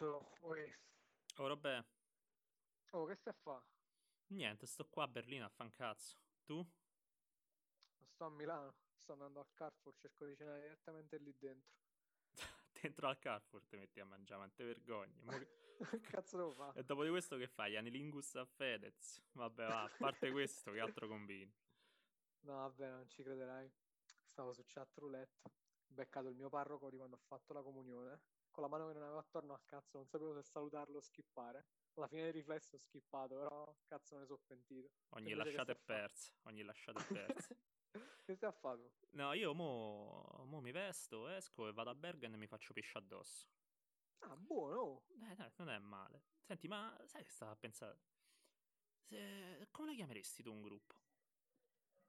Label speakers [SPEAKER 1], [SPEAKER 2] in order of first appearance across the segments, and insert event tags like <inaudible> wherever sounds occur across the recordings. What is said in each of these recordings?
[SPEAKER 1] Uè.
[SPEAKER 2] Oh, vabbè,
[SPEAKER 1] Oh, che stai a fa?
[SPEAKER 2] niente, sto qua a Berlino a fan cazzo. Tu? <laughs>
[SPEAKER 1] Sto a Milano, sto andando al Carrefour, cerco di cenare direttamente lì dentro. <laughs>
[SPEAKER 2] Dentro al Carrefour ti metti a mangiare, ma te vergogni. Mo che-
[SPEAKER 1] Che cazzo devo fare?
[SPEAKER 2] E dopo di questo che fai? Anilingus a Fedez? Vabbè, va, a parte questo, che altro combini?
[SPEAKER 1] No, vabbè, non ci crederai. Stavo su chat roulette, ho beccato il mio parroco di quando ho fatto la comunione, con la mano che non avevo attorno al cazzo, non sapevo se salutarlo o skippare. Alla fine del riflesso ho skippato, però cazzo me ne sono pentito. <laughs>
[SPEAKER 2] Ogni
[SPEAKER 1] Invece che
[SPEAKER 2] lasciata è
[SPEAKER 1] stai a
[SPEAKER 2] persa, ogni lasciata è
[SPEAKER 1] fa'?
[SPEAKER 2] persa.
[SPEAKER 1] Che stai a fare tu?
[SPEAKER 2] No, io mo, mo mi vesto, esco e vado a Bergen e mi faccio piscia addosso. Eh,
[SPEAKER 1] Ah, buono! oh.
[SPEAKER 2] Dai, dai, non è male. Senti, ma sai che stavo a pensare? Se- Come la chiameresti tu un gruppo?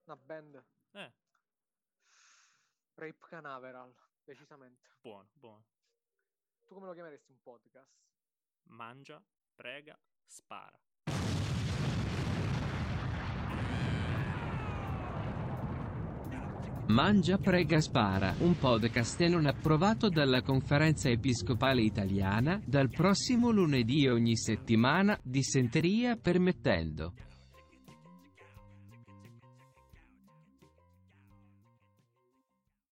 [SPEAKER 1] Una band.
[SPEAKER 2] Eh,
[SPEAKER 1] Rape Canaveral, decisamente.
[SPEAKER 2] buono, buono.
[SPEAKER 1] Tu come lo chiameresti un podcast?
[SPEAKER 2] Mangia, prega, spara.
[SPEAKER 3] Mangia Prega Spara, un podcast non approvato dalla Conferenza Episcopale Italiana, dal prossimo lunedì ogni settimana, dissenteria permettendo.